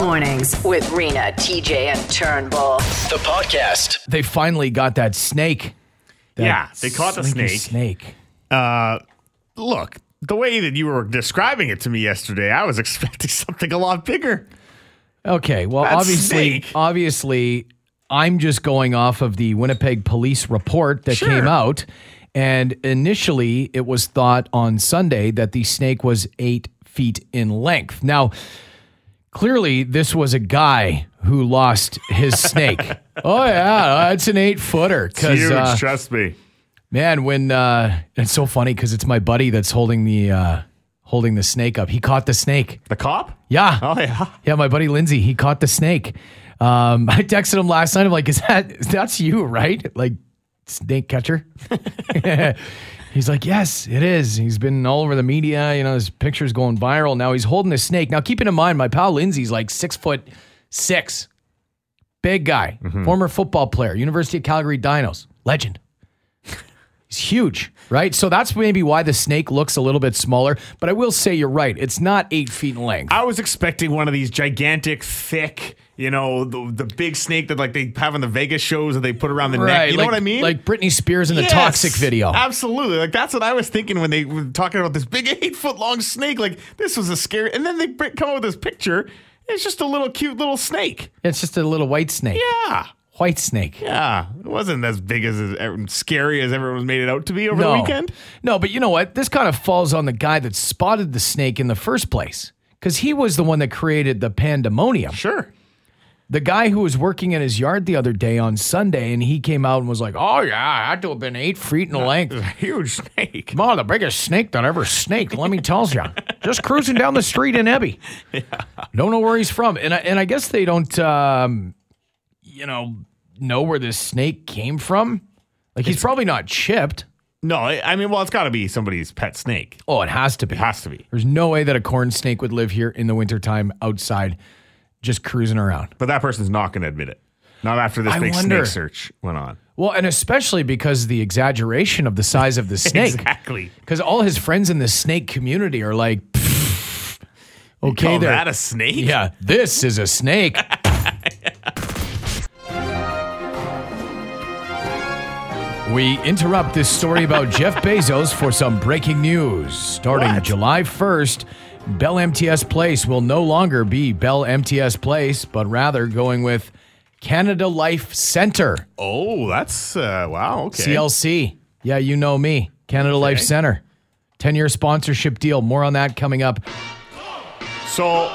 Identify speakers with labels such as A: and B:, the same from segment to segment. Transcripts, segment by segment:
A: Mornings with Rena, TJ, and Turnbull.
B: The podcast.
C: They finally got that snake. That
D: Yeah, they caught the
C: slinky
D: snake.
C: Snake.
D: Look, the way that you were describing it to me yesterday, I was expecting something a lot bigger.
C: Okay. Well,
D: That
C: obviously,
D: snake.
C: obviously, I'm just going off of the Winnipeg police report that
D: Sure.
C: came out, and initially it was thought on Sunday that the snake was eight feet in length. Now, clearly, this was a guy who lost his snake. oh yeah, that's an eight footer.
D: Huge,
C: Because uh,
D: trust me.
C: man, when uh, it's so funny because it's my buddy that's holding the uh, holding the snake up. He caught the snake.
D: The cop?
C: Yeah.
D: Oh yeah.
C: Yeah, my buddy Lindsay, he caught the snake. Um, I texted him last night. I'm like, is that that's you, right? Like snake catcher. he's like, yes, it is. He's been all over the media. You know, his picture's going viral. Now he's holding a snake. Now keeping in mind, my pal Lindsay's like six foot six, big guy, former football player, University of Calgary Dinos, legend. It's huge, right? So that's maybe why the snake looks a little bit smaller. But I will say you're right. It's not eight feet in length.
D: I was expecting one of these gigantic, thick, you know, the, the big snake that like they have on the Vegas shows that they put around the neck. You
C: like,
D: know what I mean?
C: Like Britney Spears in the
D: Yes.
C: Toxic video.
D: Absolutely. Like that's what I was thinking when they were talking about this big eight foot long snake. Like this was a scary. And then they br- come up with this picture. It's just a little cute little snake.
C: It's just a little white snake.
D: Yeah.
C: White snake.
D: Yeah. It wasn't as big as, as scary as everyone made it out to be over the weekend.
C: No, but you know what? This kind of falls on the guy that spotted the snake in the first place. Because he was the one that created the pandemonium.
D: Sure.
C: The guy who was working in his yard the other day on Sunday, and he came out and was like, Oh, yeah, I had to have been eight feet in length.
D: It's a huge snake.
C: Ma, the biggest snake that ever snaked. Let me tell you, just cruising down the street in Ebby. Don't know where he's from, and I, and I guess they don't, um, you know, know where this snake came from. Like he's probably not chipped.
D: No, I I mean, well, it's got to be somebody's pet snake.
C: Oh, it has to be.
D: It has to be.
C: There's no way that a corn snake would live here in the wintertime outside, just cruising around.
D: But that person's not going to admit it. Not after this
C: I
D: big
C: wonder.
D: snake search went on.
C: Well, and especially because the exaggeration of the size of the snake.
D: Exactly.
C: Because all his friends in the snake community are like, "Pfft, okay,
D: Call
C: there.
D: that a snake?
C: Yeah, this is a snake. we interrupt this story about Jeff Bezos for some breaking news. Starting
D: What?
C: July 1st, Bell MTS Place will no longer be Bell MTS Place, but rather going with Canada Life Center,
D: Oh, that's uh, wow. Okay.
C: CLC. Yeah, you know me, Canada Life Center. 10 year sponsorship deal. More on that coming up.
D: So,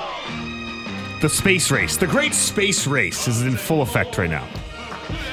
D: the space race, the great space race, is in full effect right now.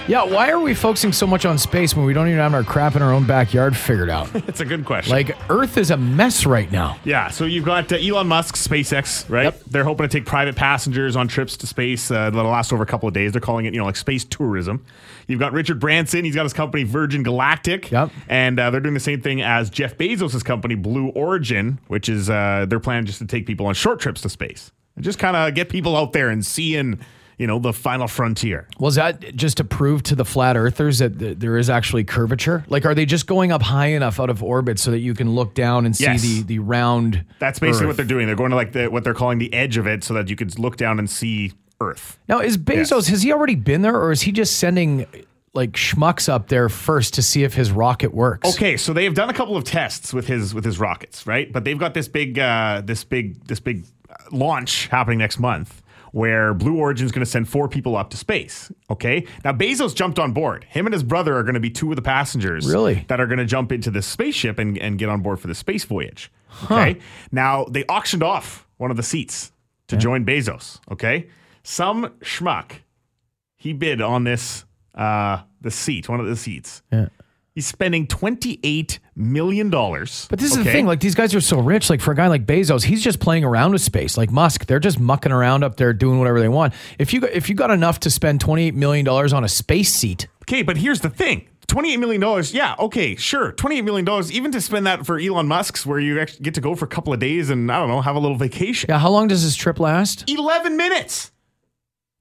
C: Yeah, why are we focusing so much on space when we don't even have our crap in our own backyard figured out?
D: It's a good question.
C: like, Earth is a mess right now.
D: yeah. So you've got uh, Elon Musk, SpaceX, right? They're hoping to take private passengers on trips to space uh, that'll last over a couple of days. They're calling it, you know, like space tourism. You've got Richard Branson. He's got his company Virgin Galactic.
C: Yep.
D: And uh, they're doing the same thing as Jeff Bezos' company Blue Origin, which is uh, their plan just to take people on short trips to space and just kind of get people out there and seeing, you know, the final frontier.
C: Was that just to prove to the flat earthers that th- there is actually curvature? Like, are they just going up high enough out of orbit so that you can look down and see
D: Yes.
C: the, the round?
D: That's basically
C: Earth?
D: what they're doing. They're going to like the, what they're calling the edge of it so that you could look down and see Earth.
C: Now, is Bezos,
D: Yes.
C: has he already been there or is he just sending like schmucks up there first to see if his rocket works?
D: Okay, so they've done a couple of tests with his with his rockets, right? But they've got this big uh, this big this big uh, launch happening next month where Blue Origin's going to send four people up to space, okay? Now Bezos jumped on board. Him and his brother are going to be two of the passengers
C: Really?
D: that are going to jump into this spaceship and, and get on board for the space voyage. Okay? Now they auctioned off one of the seats to join Bezos, okay? Some schmuck he bid on this uh the seat, one of the seats. Yeah. He's spending twenty eight million dollars.
C: But this is the thing, like these guys are so rich. Like for a guy like Bezos, he's just playing around with space. Like Musk, they're just mucking around up there doing whatever they want. If you if you got enough to spend twenty eight million dollars on a space seat,
D: okay, but here's the thing. $28 million, yeah, okay, sure. $28 million, even to spend that for Elon Musk's, where you actually get to go for a couple of days and, I don't know, have a little vacation.
C: yeah. How long does this trip last?
D: 11 minutes.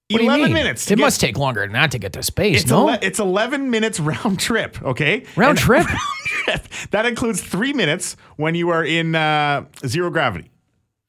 C: What do you
D: 11
C: mean?
D: minutes. to
C: It
D: get-
C: must take longer than that to get to space.
D: It's,
C: no
D: ele- it's 11 minutes round trip, okay?
C: round
D: And-
C: trip.
D: round trip. That includes three minutes when you are in uh, zero gravity.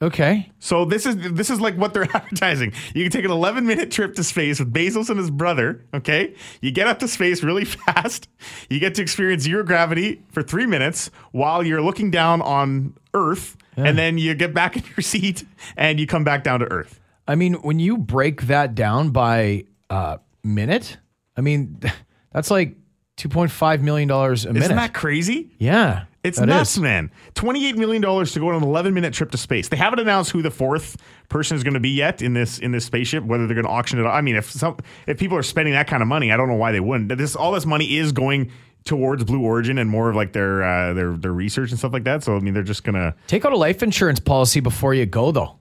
C: Okay.
D: So this is this is like what they're advertising. You can take an 11 minute trip to space with Bezos and his brother. Okay, you get up to space really fast. You get to experience zero gravity for three minutes while you're looking down on Earth, and then you get back in your seat and you come back down to Earth.
C: I mean, when you break that down by uh, minute, I mean, that's like $2.5 million a minute.
D: Isn't that crazy?
C: yeah.
D: It's
C: that
D: nuts,
C: is.
D: man. $28 million to go on an 11 minute trip to space. They haven't announced who the fourth person is going to be yet in this in this spaceship, whether they're going to auction it. off. I mean, if some if people are spending that kind of money, I don't know why they wouldn't. This all this money is going towards Blue Origin and more of like their uh, their their research and stuff like that. So I mean, they're just going to
C: Take out a life insurance policy before you go, though.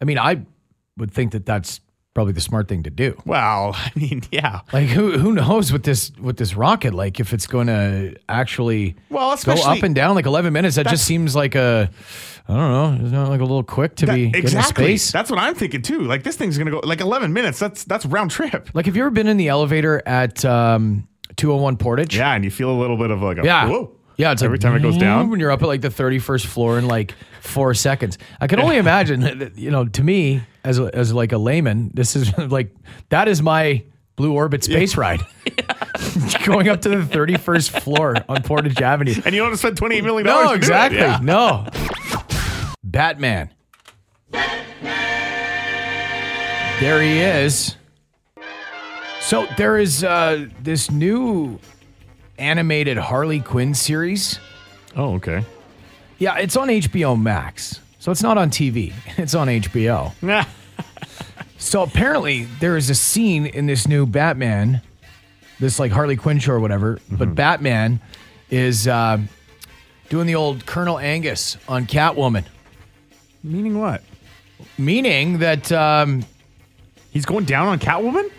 C: I mean, I would think that that's probably the smart thing to do.
D: well, I mean, yeah.
C: Like, who who knows with this with this rocket? Like, if it's going to actually
D: Well,
C: go
D: especially
C: up and down like 11 minutes, that just seems like a I don't know, isn't that like a little quick to be getting to
D: exactly.
C: space?
D: That's what I'm thinking too. Like this thing's going to go like 11 minutes. That's that's round trip.
C: like, have you ever been in the elevator at um, 201 Portage?
D: Yeah, and you feel a little bit of like a
C: Yeah.
D: whoa.
C: Yeah, it's
D: every
C: like,
D: time it goes down.
C: when you're up at like the 31st floor in like four seconds. I can only imagine. That, that, you know, to me as a, as like a layman, this is like that is my Blue Orbit space ride. Going up to the 31st floor on Portage Avenue.
D: And you don't have to spend $28 million. to
C: No,
D: do it.
C: exactly.
D: Yeah.
C: No. Batman. There he is. So there is uh, this new animated Harley Quinn series.
D: Oh, okay.
C: Yeah, it's on HBO Max. So it's not on TV, it's on HBO.
D: Nah.
C: So apparently there is a scene in this new Batman, this like Harley Quinn show or whatever, but Batman is uh, doing the old Colonel Angus on Catwoman,
D: Meaning what?
C: meaning that um,
D: He's going down on Catwoman?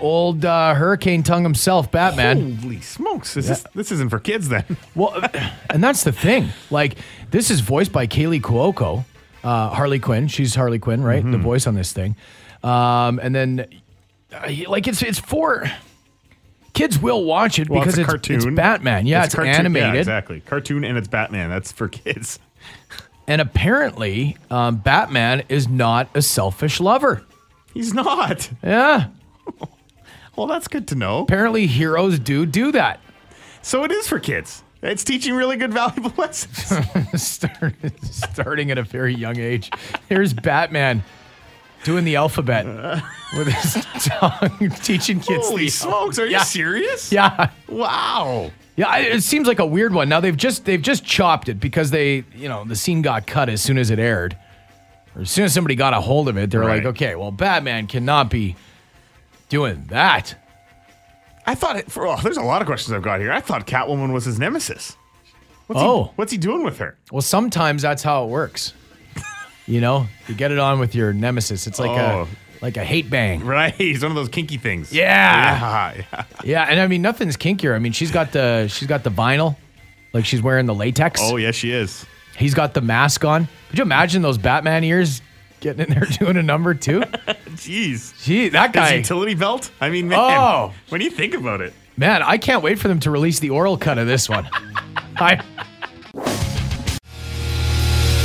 C: old uh, Hurricane Tongue himself, Batman.
D: Holy smokes. Is this, this isn't for kids then.
C: Well, and that's the thing. Like, this is voiced by Kaylee Cuoco, uh, Harley Quinn. She's Harley Quinn, right?
D: Mm-hmm.
C: The voice on this thing. Um, and then, uh, like, it's it's for kids will watch it
D: Well,
C: because
D: it's
C: it's,
D: a
C: it's
D: cartoon.
C: Batman. Yeah, it's,
D: cartoon-
C: animated.
D: Yeah, exactly. Cartoon and it's Batman. That's for kids.
C: And apparently, um, Batman is not a selfish lover.
D: He's not.
C: Yeah.
D: Well, that's good to know.
C: Apparently, heroes do do that.
D: So it is for kids. It's teaching really good, valuable lessons.
C: Start, starting at a very young age. Here's Batman doing the alphabet with his tongue, teaching kids.
D: Holy
C: the-
D: smokes. Are
C: Yeah.
D: you serious?
C: Yeah,
D: Wow.
C: yeah. I- It seems like a weird one. Now they've just they've just chopped it because they you know the scene got cut as soon as it aired, or as soon as somebody got a hold of it. They're
D: Right.
C: like, okay, well, Batman cannot be doing that.
D: I thought it, for, oh, there's a lot of questions I've got here. I thought Catwoman was his nemesis. What's
C: Oh.
D: He, what's he doing with her?
C: Well, sometimes that's how it works. You know, you get it on with your nemesis. It's like
D: Oh.
C: a like a hate bang.
D: Right. He's one of those kinky things.
C: Yeah.
D: Yeah. yeah.
C: Yeah, and I mean nothing's kinkier. I mean she's got the she's got the vinyl, like she's wearing the latex.
D: Oh, yes, she is.
C: He's got the mask on. Could you imagine those Batman ears getting in there doing a number too?
D: Jeez.
C: Gee, that
D: His
C: guy,
D: utility belt? I mean, man,
C: Oh.
D: when you think about it,
C: man, I can't wait for them to release the oral cut of this one. Hi.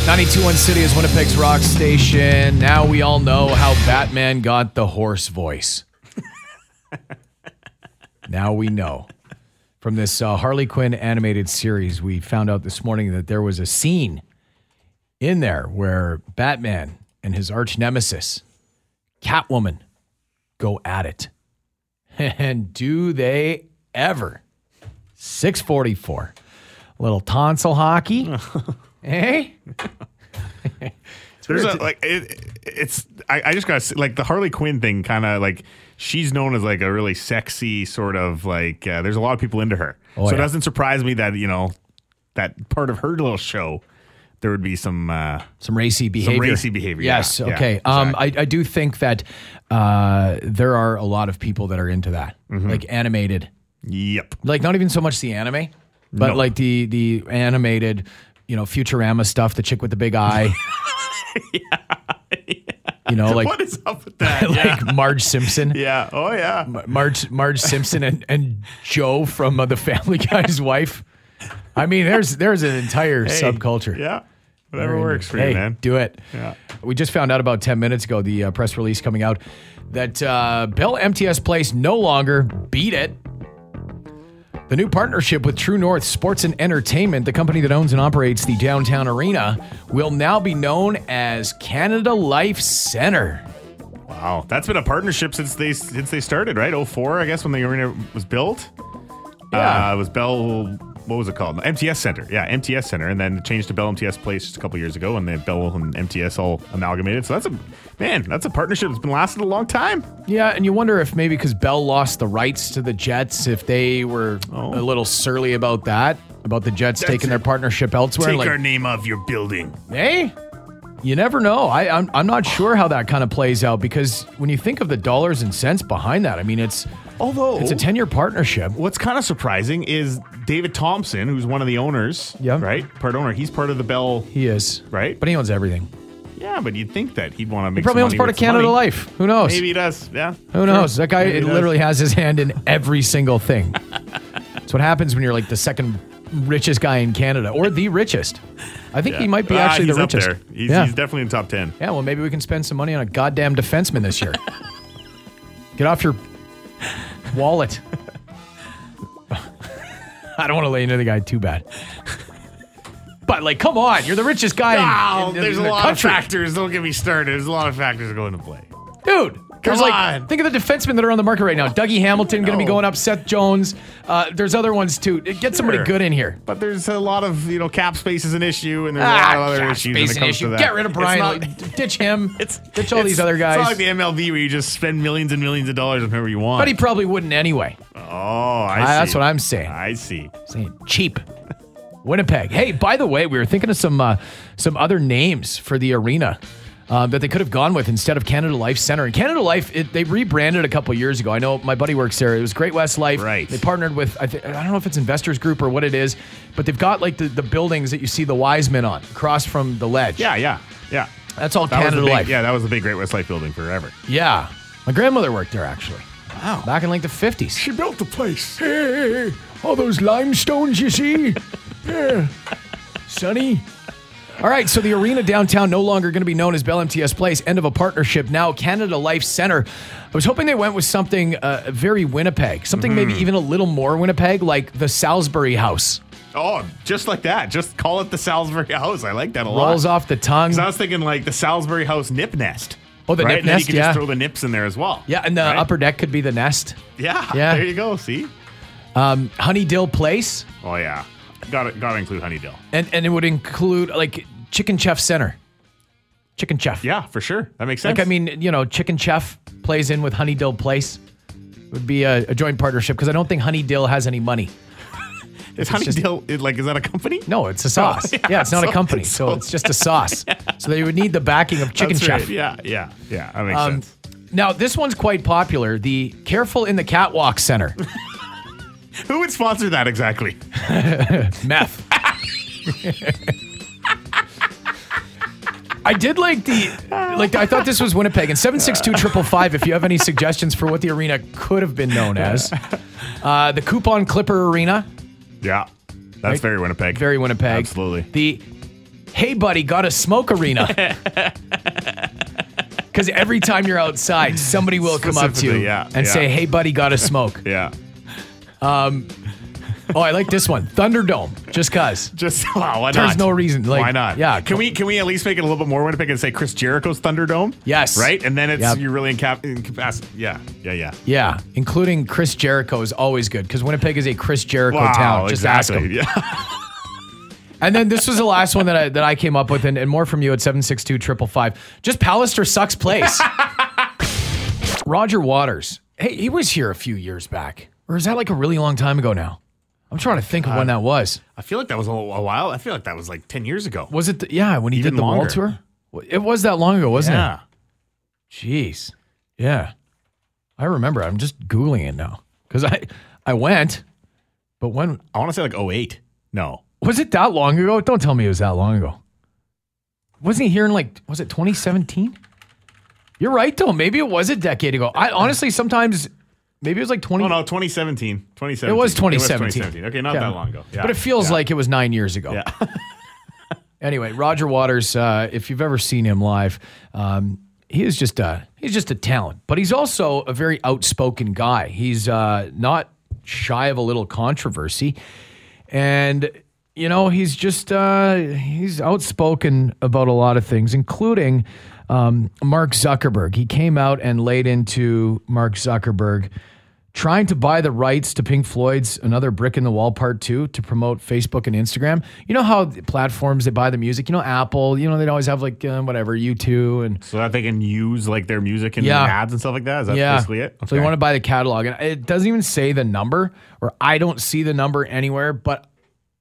C: 921 City is Winnipeg's rock station. Now we all know how Batman got the horse voice. now we know. From this uh, Harley Quinn animated series, we found out this morning that there was a scene in there where Batman and his arch nemesis, Catwoman, go at it. And do they ever? 644. Little tonsil hockey. Eh? hey?
D: there's a
C: weird.
D: like it, it's I, I just got to like the Harley Quinn thing kind of like she's known as like a really sexy sort of like uh, there's a lot of people into her.
C: Oh,
D: so it
C: yeah.
D: doesn't surprise me that, you know, that part of her little show there would be some uh
C: Some racy behavior.
D: racy behavior,
C: Yes.
D: yeah, yeah,
C: okay. um, I, I do think that uh, there are a lot of people that are into that,
D: Mm-hmm.
C: like animated,
D: yep.
C: like not even so much the anime, but
D: No.
C: like the the animated, you know, Futurama stuff. The chick with the big eye. You know, like
D: what is up with that? yeah.
C: like Marge Simpson.
D: yeah. Oh yeah.
C: Marge Marge Simpson and, and Joe from uh, the Family Guy's wife. I mean, there's there's an entire
D: Hey,
C: subculture.
D: Yeah. Whatever works for
C: hey,
D: you, man.
C: do it.
D: Yeah.
C: We just found out about 10 minutes ago, the uh, press release coming out, that uh, Bell MTS Place no longer beat it. The new partnership with True North Sports and Entertainment, the company that owns and operates the downtown arena, will now be known as Canada Life Center.
D: Wow, Oh, that's been a partnership since they since they started, right? 04, I guess, when the arena was built.
C: Yeah.
D: Uh, it was Bell. What was it called? MTS Center. Yeah, MTS Center, and then it changed to Bell MTS Place just a couple years ago, and then Bell and MTS all amalgamated. So that's a man. That's a partnership that's been lasting a long time.
C: Yeah, and you wonder if maybe because Bell lost the rights to the Jets, if they were a little surly about that, about the Jets
D: Oh. That's
C: taking their
D: it.
C: partnership elsewhere. like,
D: name off your building.
C: Hey, you never know. I, I'm, I'm not sure how that kind of plays out because when you think of the dollars and cents behind that, I mean, it's
D: Although
C: it's a 10 year partnership.
D: What's kind of surprising is David Thompson, who's one of the owners,
C: Yeah.
D: right? Part owner. He's part of the Bell,
C: He is.
D: right?
C: But he owns everything.
D: yeah, but you'd think that he'd want to
C: He
D: make.
C: probably
D: some
C: owns
D: money
C: part of
D: with some
C: Canada
D: money.
C: Life. Who knows?
D: Maybe he does. Yeah.
C: Who knows? That guy
D: Maybe he
C: it
D: does.
C: literally has his hand in every single thing. It's what happens when you're like the second richest guy in Canada or the richest. I think he might be
D: Ah,
C: actually
D: he's
C: the
D: up
C: richest.
D: there. He's,
C: yeah.
D: he's definitely in the top ten.
C: yeah, well, maybe we can spend some money on a goddamn defenseman this year. Get off your wallet. I don't want to lay into the guy too bad. But like, come on, you're the richest guy. in-
D: Wow,
C: in, in
D: there's a
C: the
D: lot
C: country.
D: of factors. Don't get me started. There's a lot of factors that go into play.
C: Dude, there's
D: Come
C: like
D: on.
C: think of the defensemen that are on the market right now. Dougie Hamilton going to be
D: No.
C: going up. Seth Jones. Uh, there's other ones too. Get somebody
D: Sure.
C: good in here.
D: But there's a lot of you know cap space is an issue, and there's a lot of other
C: Ah, cap
D: issues
C: space
D: when it
C: and
D: comes
C: issue.
D: to that.
C: Get rid of
D: It's
C: Brian.
D: not-
C: Like, ditch him.
D: It's
C: ditch all these
D: it's-
C: other
D: It's not
C: guys.
D: like the MLB where you just spend millions and millions of dollars on whoever you want.
C: but he probably wouldn't anyway.
D: oh, I see.
C: Ah, that's what I'm saying.
D: I see.
C: Saying cheap. Winnipeg. Hey, by the way, we were thinking of some uh, some other names for the arena uh, that they could have gone with instead of Canada Life Center. And Canada Life, it, they rebranded a couple years ago. I know my buddy works there. It was Great West Life.
D: Right.
C: They partnered with I, th- I don't know if it's Investors Group or what it is, but they've got like the, the buildings that you see the wise men on across from the ledge.
D: Yeah, yeah, yeah.
C: That's all
D: That was
C: Canada
D: the big,
C: Life.
D: Yeah, that was the big Great West Life building forever.
C: Yeah. My grandmother worked there actually.
D: Wow.
C: Back in like the 50s.
D: She built the place.
C: Hey, all those limestones you see? Yeah. Sonny. All right, so the arena downtown no longer going to be known as Bell MTS Place. End of a partnership now, Canada Life Center. I was hoping they went with something uh, very Winnipeg, something maybe even a little more Winnipeg, like the Salisbury House.
D: Oh, just like that. Just call it the Salisbury House. I like that a lot.
C: Rolls off the tongue.
D: 'Cause I was thinking like the Salisbury House nip nest.
C: Oh, the
D: right?
C: nip
D: and then
C: nest,
D: You can
C: yeah.
D: just throw the nips in there as well.
C: Yeah, and the
D: right?
C: upper deck could be the nest.
D: Yeah,
C: Yeah.
D: There you go. See.
C: Honey Dill Place,
D: Oh yeah. Got to Got to include Honeydill.
C: and, and it would include like Chicken Chef Center. Chicken Chef.
D: Yeah, for sure. That makes sense.
C: Like, I mean, you know, Chicken Chef plays in with Honey Dill Place. It would be a, a joint partnership because I don't think Honey Dill has any money.
D: is Honeydill it, like is that a company?
C: No, it's a sauce. yeah, it's not a
D: so-
C: company. So,
D: so-
C: it's just a sauce. So they would need the backing of Chicken
D: That's
C: Chef.
D: right. Yeah, yeah, yeah. That makes
C: Um,
D: sense.
C: now, this one's quite popular the Careful in the Catwalk Center,
D: Who would sponsor that exactly?
C: meth. I did like the like I thought this was Winnipeg and seven six two triple five. If you have any suggestions for what the arena could have been known as, uh, the Coupon Clipper Arena,
D: Yeah, that's
C: Right?
D: very Winnipeg.
C: Very Winnipeg.
D: Absolutely.
C: The Hey Buddy got a smoke arena. Because every time you're outside, somebody will come up to you
D: Specifically, yeah,
C: and
D: yeah.
C: say, Hey Buddy got a smoke.
D: Yeah.
C: oh, I like this one Thunderdome, just cuz.
D: Just wow. Why
C: There's
D: not?
C: no reason, like,
D: why not?
C: yeah.
D: Can we can we at least make it a little bit more Winnipeg and say Chris Jericho's Thunderdome?
C: Yes.
D: Right. And then it's
C: Yep.
D: you're really incap- incapacit. Yeah. Yeah. Yeah.
C: Yeah, including Chris Jericho is always good because Winnipeg is a Chris Jericho
D: Wow.
C: town. Just
D: exactly.
C: ask him.
D: Yeah.
C: And then this was the last one that I that I came up with, and, and more from you at seven six two triple five. Just Pallister sucks place. Roger Waters. Hey, he was here a few years back, or is that like a really long time ago now? I'm trying to think of
D: Uh,
C: when that was.
D: I feel like that was a, a while. I feel like that was like ten years ago.
C: Was it? The, yeah, when he did
D: Even
C: the mall
D: longer.
C: tour. W- It was that long ago, wasn't
D: Yeah.
C: it? Jeez. Yeah, I remember. I'm just googling it now because I I went, but when
D: I want to say like 08. No.
C: was it that long ago? Don't tell me it was that long ago. Wasn't he here in like was it 2017? You're right though. Maybe it was a decade ago. I honestly sometimes maybe it was like 20.
D: Oh no, 2017. 2017.
C: It was 2017.
D: Okay, not
C: Yeah.
D: that long ago. Yeah.
C: But it feels
D: Yeah.
C: like it was nine years ago.
D: Yeah.
C: Anyway, Roger Waters, uh, if you've ever seen him live, um, he is just a he's just a talent, but he's also a very outspoken guy. He's uh, not shy of a little controversy, and you know he's just uh, he's outspoken about a lot of things, including um, Mark Zuckerberg. He came out and laid into Mark Zuckerberg trying to buy the rights to Pink Floyd's Another Brick in the Wall Part 2 to promote Facebook and Instagram. You know how the platforms they buy the music, you know Apple, you know they'd always have like uh, whatever U2 and
D: so that they can use like their music and
C: Yeah.
D: ads and stuff like that. Is that
C: yeah.
D: basically it?
C: So you want to buy the catalog and it doesn't even say the number or I don't see the number anywhere, but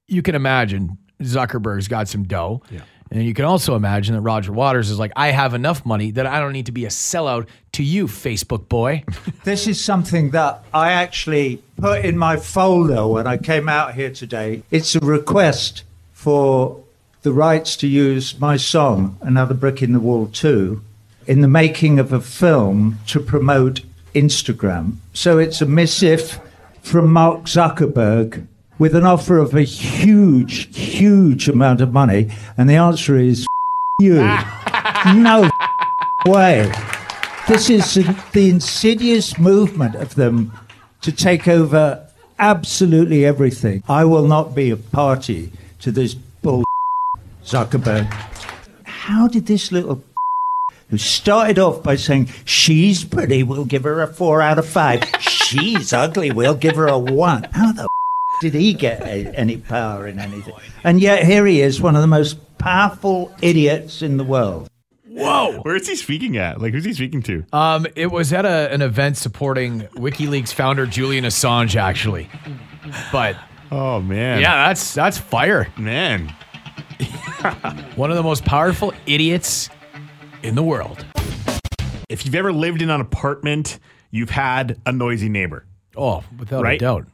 C: you can imagine Zuckerberg's got some dough. Yeah. And you can also imagine that Roger Waters is like, I have enough money that I don't need to be a sellout to you, Facebook boy.
B: This is something that I actually put in my folder when I came out here today. It's a request for the rights to use my song, Another Brick in the Wall 2, in the making of a film to promote Instagram. So it's a missive from Mark Zuckerberg with an offer of a huge, huge amount of money. And the answer is you. no way this is the insidious movement of them to take over absolutely everything. I will not be a party to this bull Zuckerberg. How did this little who started off by saying, She's pretty, we'll give her a four out of five. She's ugly, we'll give her a one. How the did he get a, any power in anything? And yet here he is, one of the most powerful idiots in the world.
D: Whoa! Oh, Where is he speaking at? Like, who's he speaking to?
C: Um, it was at a, an event supporting WikiLeaks founder Julian Assange, actually. But
D: oh man,
C: yeah, that's that's fire.
D: man.
C: One of the most powerful idiots in the world.
D: If you've ever lived in an apartment, you've had a noisy neighbor.
C: Oh, without
D: Right?
C: a doubt.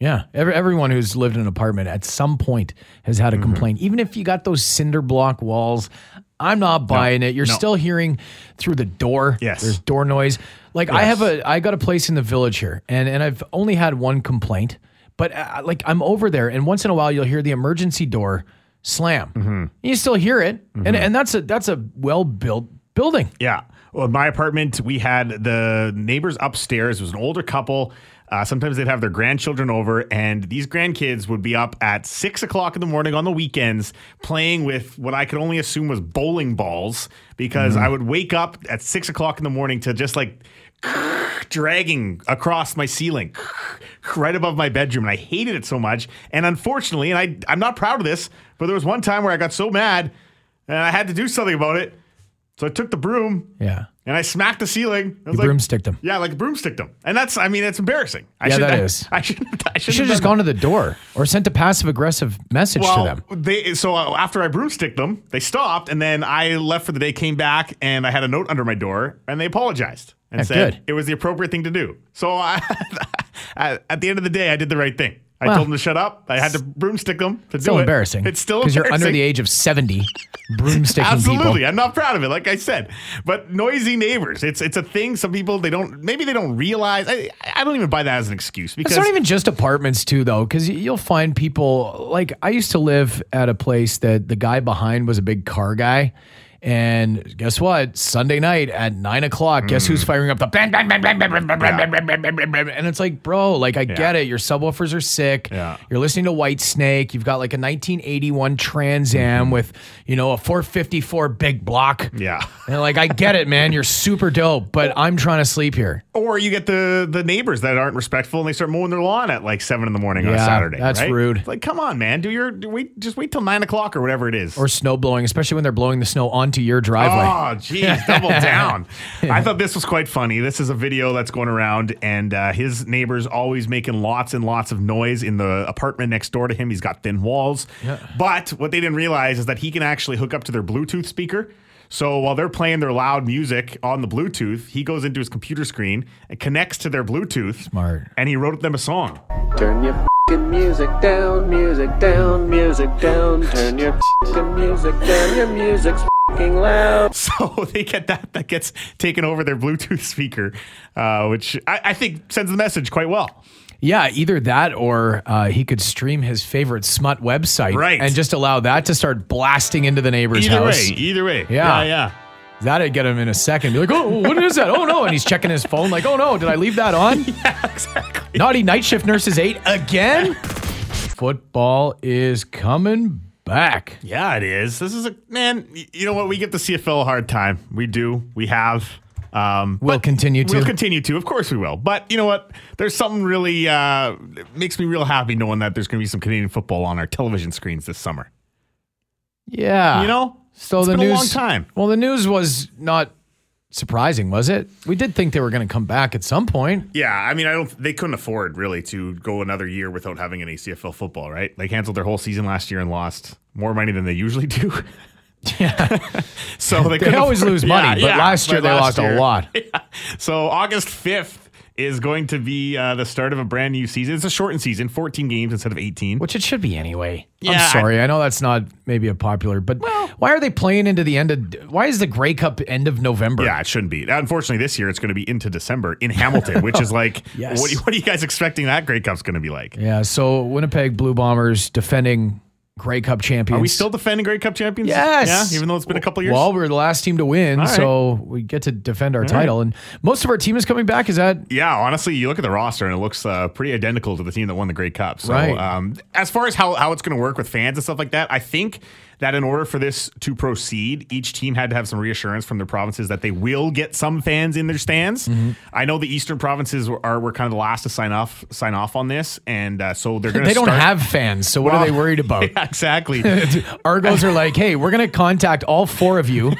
C: Yeah, every, everyone who's lived in an apartment at some point has
D: Mm-hmm.
C: had a complaint. Even if you got those cinder block walls, I'm not buying it. You're
D: no.
C: still hearing through the door.
D: Yes.
C: there's door noise. Like I have a, I got a place in the village here, and and I've only had one complaint. But uh, like I'm over there, and once in a while you'll hear the emergency door slam.
D: Mm-hmm.
C: You still hear it, and and that's a that's a well built building.
D: Yeah. Well, in my apartment, we had the neighbors upstairs. It was an older couple. Uh, sometimes they'd have their grandchildren over, and these grandkids would be up at six o'clock in the morning on the weekends playing with what I could only assume was bowling balls because I would wake up at six o'clock in the morning to just like dragging across my ceiling right above my bedroom and I hated it so much and unfortunately and I I'm not proud of this but there was one time where I got so mad and I had to do something about it so I took the broom
C: Yeah,
D: and I smacked the ceiling. I was
C: you
D: like,
C: broomsticked them.
D: Yeah, like broomstick them. And that's, I mean, that's embarrassing. I
C: Yeah,
D: should,
C: that
D: I,
C: is.
D: I should, I should
C: You should have just gone to the door or sent a passive aggressive message
D: well,
C: to them.
D: They, so uh, after I broomsticked them, they stopped, and then I left for the day, came back, and I had a note under my door, and they apologized and
C: Yeah,
D: said
C: good.
D: it was the appropriate thing to do. So I, at at the end of the day, I did the right thing. I
C: Well,
D: told them to shut up. I had to broomstick them to do
C: Still
D: it.
C: embarrassing.
D: It's still
C: because you're under
D: embarrassing.
C: the age of seventy, broomsticking
D: Absolutely,
C: people.
D: I'm not proud of it, like I said. But noisy neighbors, it's it's a thing. Some people they don't maybe they don't realize. I, I don't even buy that as an excuse because
C: It's not even just apartments too, though, because you'll find people like I used to live at a place that the guy behind was a big car guy, and guess what? Sunday night at nine o'clock, guess
D: Hmm.
C: who's firing up the bang bang bang bang bang bang bang bang bang bang bang bang bang, and it's like, bro, like I get it. Your subwoofers are sick.
D: Yeah.
C: You're listening to White Snake. You've got like a 1981 Trans Am with you know a 454 big block.
D: Mm-hmm. yeah.
C: And like, I get it, man. You're super dope, but I'm trying to sleep here.
D: Or you get the the neighbors that aren't respectful and they start mowing their lawn at like seven in the morning on a
C: Yeah,
D: Saturday.
C: that's
D: right?
C: rude.
D: It's like, come on, man, do your do wait, just wait till nine o'clock or whatever it is.
C: Or snow blowing, especially when they're blowing the snow onto your driveway.
D: Oh, geez, double down. I thought this was quite funny. This is a video that's going around, and uh, his neighbor's always making lots and lots of noise in the apartment next door to him. He's got thin walls. But what they didn't realize is that he can actually hook up to their Bluetooth speaker. So while they're playing their loud music on the Bluetooth, he goes into his computer screen and connects to their Bluetooth.
C: Smart.
D: And he wrote them a song.
E: Turn your fing music down, music down, music down. Turn your fing music down, your music's fing loud.
D: So they get that that gets taken over their Bluetooth speaker, uh, which I, I think sends the message quite well.
C: Yeah, either that or uh, he could stream his favorite smut website
D: Right.
C: and just allow that to start blasting into the neighbor's
D: Either
C: house.
D: way, either way.
C: Yeah.
D: yeah. yeah.
C: That'd get him in a second. Be like, oh, what is that? Oh, no. And he's checking his phone, like, oh, no, did I leave that on?
D: exactly.
C: Naughty night shift nurses eight again? Football is coming back.
D: Yeah, it is. This is a man. y- You know what? We get the CFL a hard time. We do. We have. Um,
C: We'll
D: but
C: continue to.
D: We'll continue to. Of course, we will. But you know what? There's something really uh, it makes me real happy knowing that there's going to be some Canadian football on our television screens this summer.
C: yeah.
D: You
C: Ah.
D: know.
C: So
D: It's
C: the
D: been
C: news.
D: a long time.
C: Well, the news was not surprising, was it? We did think they were going to come back at some point.
D: Yeah, I mean, I don't. They couldn't afford really to go another year without having any CFL football, right? They canceled their whole season last year and lost more money than they usually do.
C: Yeah.
D: So they,
C: they
D: couldn't
C: always
D: afford-
C: lose
D: Yeah,
C: money, but
D: yeah,
C: last year
D: but
C: they
D: last
C: lost
D: year-
C: a lot.
D: So August 5th is going to be uh, the start of a brand new season. It's a shortened season, 14 games instead of 18.
C: Which it should be anyway.
D: Yeah,
C: I'm
D: I-
C: sorry. I, know that's not maybe a popular, but why are they playing into the end of? Why is the Grey Cup end of November?
D: yeah, it shouldn't be. Unfortunately, this year it's going to be into December in Hamilton, which is like,
C: Yes.
D: what, what are you guys expecting that Grey Cup's going to be like?
C: Yeah. So Winnipeg Blue Bombers defending Grey Cup champions.
D: Are we still defending Grey Cup champions?
C: Yes.
D: Yeah, even though it's been a couple years.
C: Well, we're the last team to win,
D: All right.
C: so we get to defend our title. And most of our team is coming back. Is that
D: yeah, honestly, you look at the roster and it looks uh, pretty identical to the team that won the Grey Cup. So,
C: Right.
D: um, as far as how, how it's going to work with fans and stuff like that, I think that in order for this to proceed, each team had to have some reassurance from their provinces that they will get some fans in their stands.
C: Mm-hmm.
D: I know the Eastern provinces were, are were kind of the last to sign off sign off on this, and uh, so they're going to
C: they don't
D: start-
C: have fans? So what are
D: Well,
C: they worried about?
D: Yeah, exactly.
C: Argos are like, hey, we're going to contact all four of you,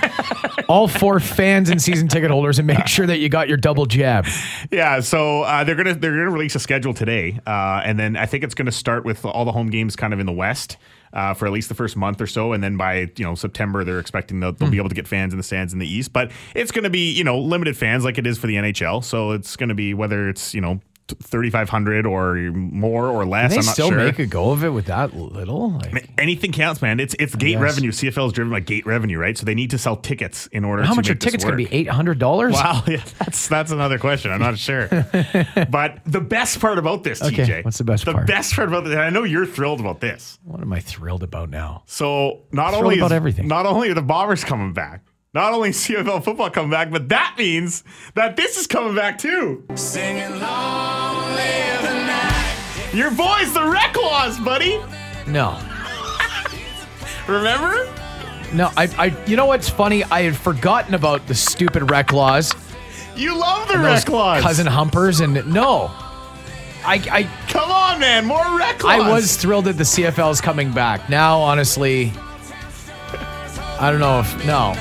C: all four fans and season ticket holders, and make sure that you got your double jab.
D: Yeah, so uh, they're gonna they're gonna release a schedule today, uh, and then I think it's gonna start with all the home games kind of in the West uh, for at least the first month or so, and then by you know September they're expecting they'll,
C: Hmm.
D: they'll be able to get fans in the stands in the East, but it's gonna be you know limited fans like it is for the NHL, so it's gonna be whether it's you know thirty five hundred or more or less.
C: And they
D: I'm not
C: still
D: sure.
C: make a go of it with that little. Like,
D: Anything counts, man. It's it's gate
C: Yes.
D: revenue. CFL is driven by gate revenue, right? So they need to sell tickets in order.
C: how
D: to
C: much are
D: make this
C: tickets going to
D: work.
C: be? Eight hundred dollars.
D: Wow, yeah, that's that's another question. I'm not sure. but the best part about this,
C: Okay,
D: TJ,
C: what's the best
D: the
C: part?
D: best part about this, and I know you're thrilled about this.
C: What am I thrilled about now?
D: So not
C: Thrilled
D: only is,
C: about everything.
D: not only are the Bombers coming back, not only is CFL football coming back, but that means that this is coming back too. Your boys, the Rec Laws, buddy.
C: No,
D: Remember?
C: no. I, I, you know what's funny? I had forgotten about the stupid rec laws,
D: You love the
C: those
D: Rec Laws.
C: cousin humpers, and no, I, I,
D: Come on, man. More Rec Laws.
C: I was thrilled that the CFL's coming back. Now, honestly, I don't know if no.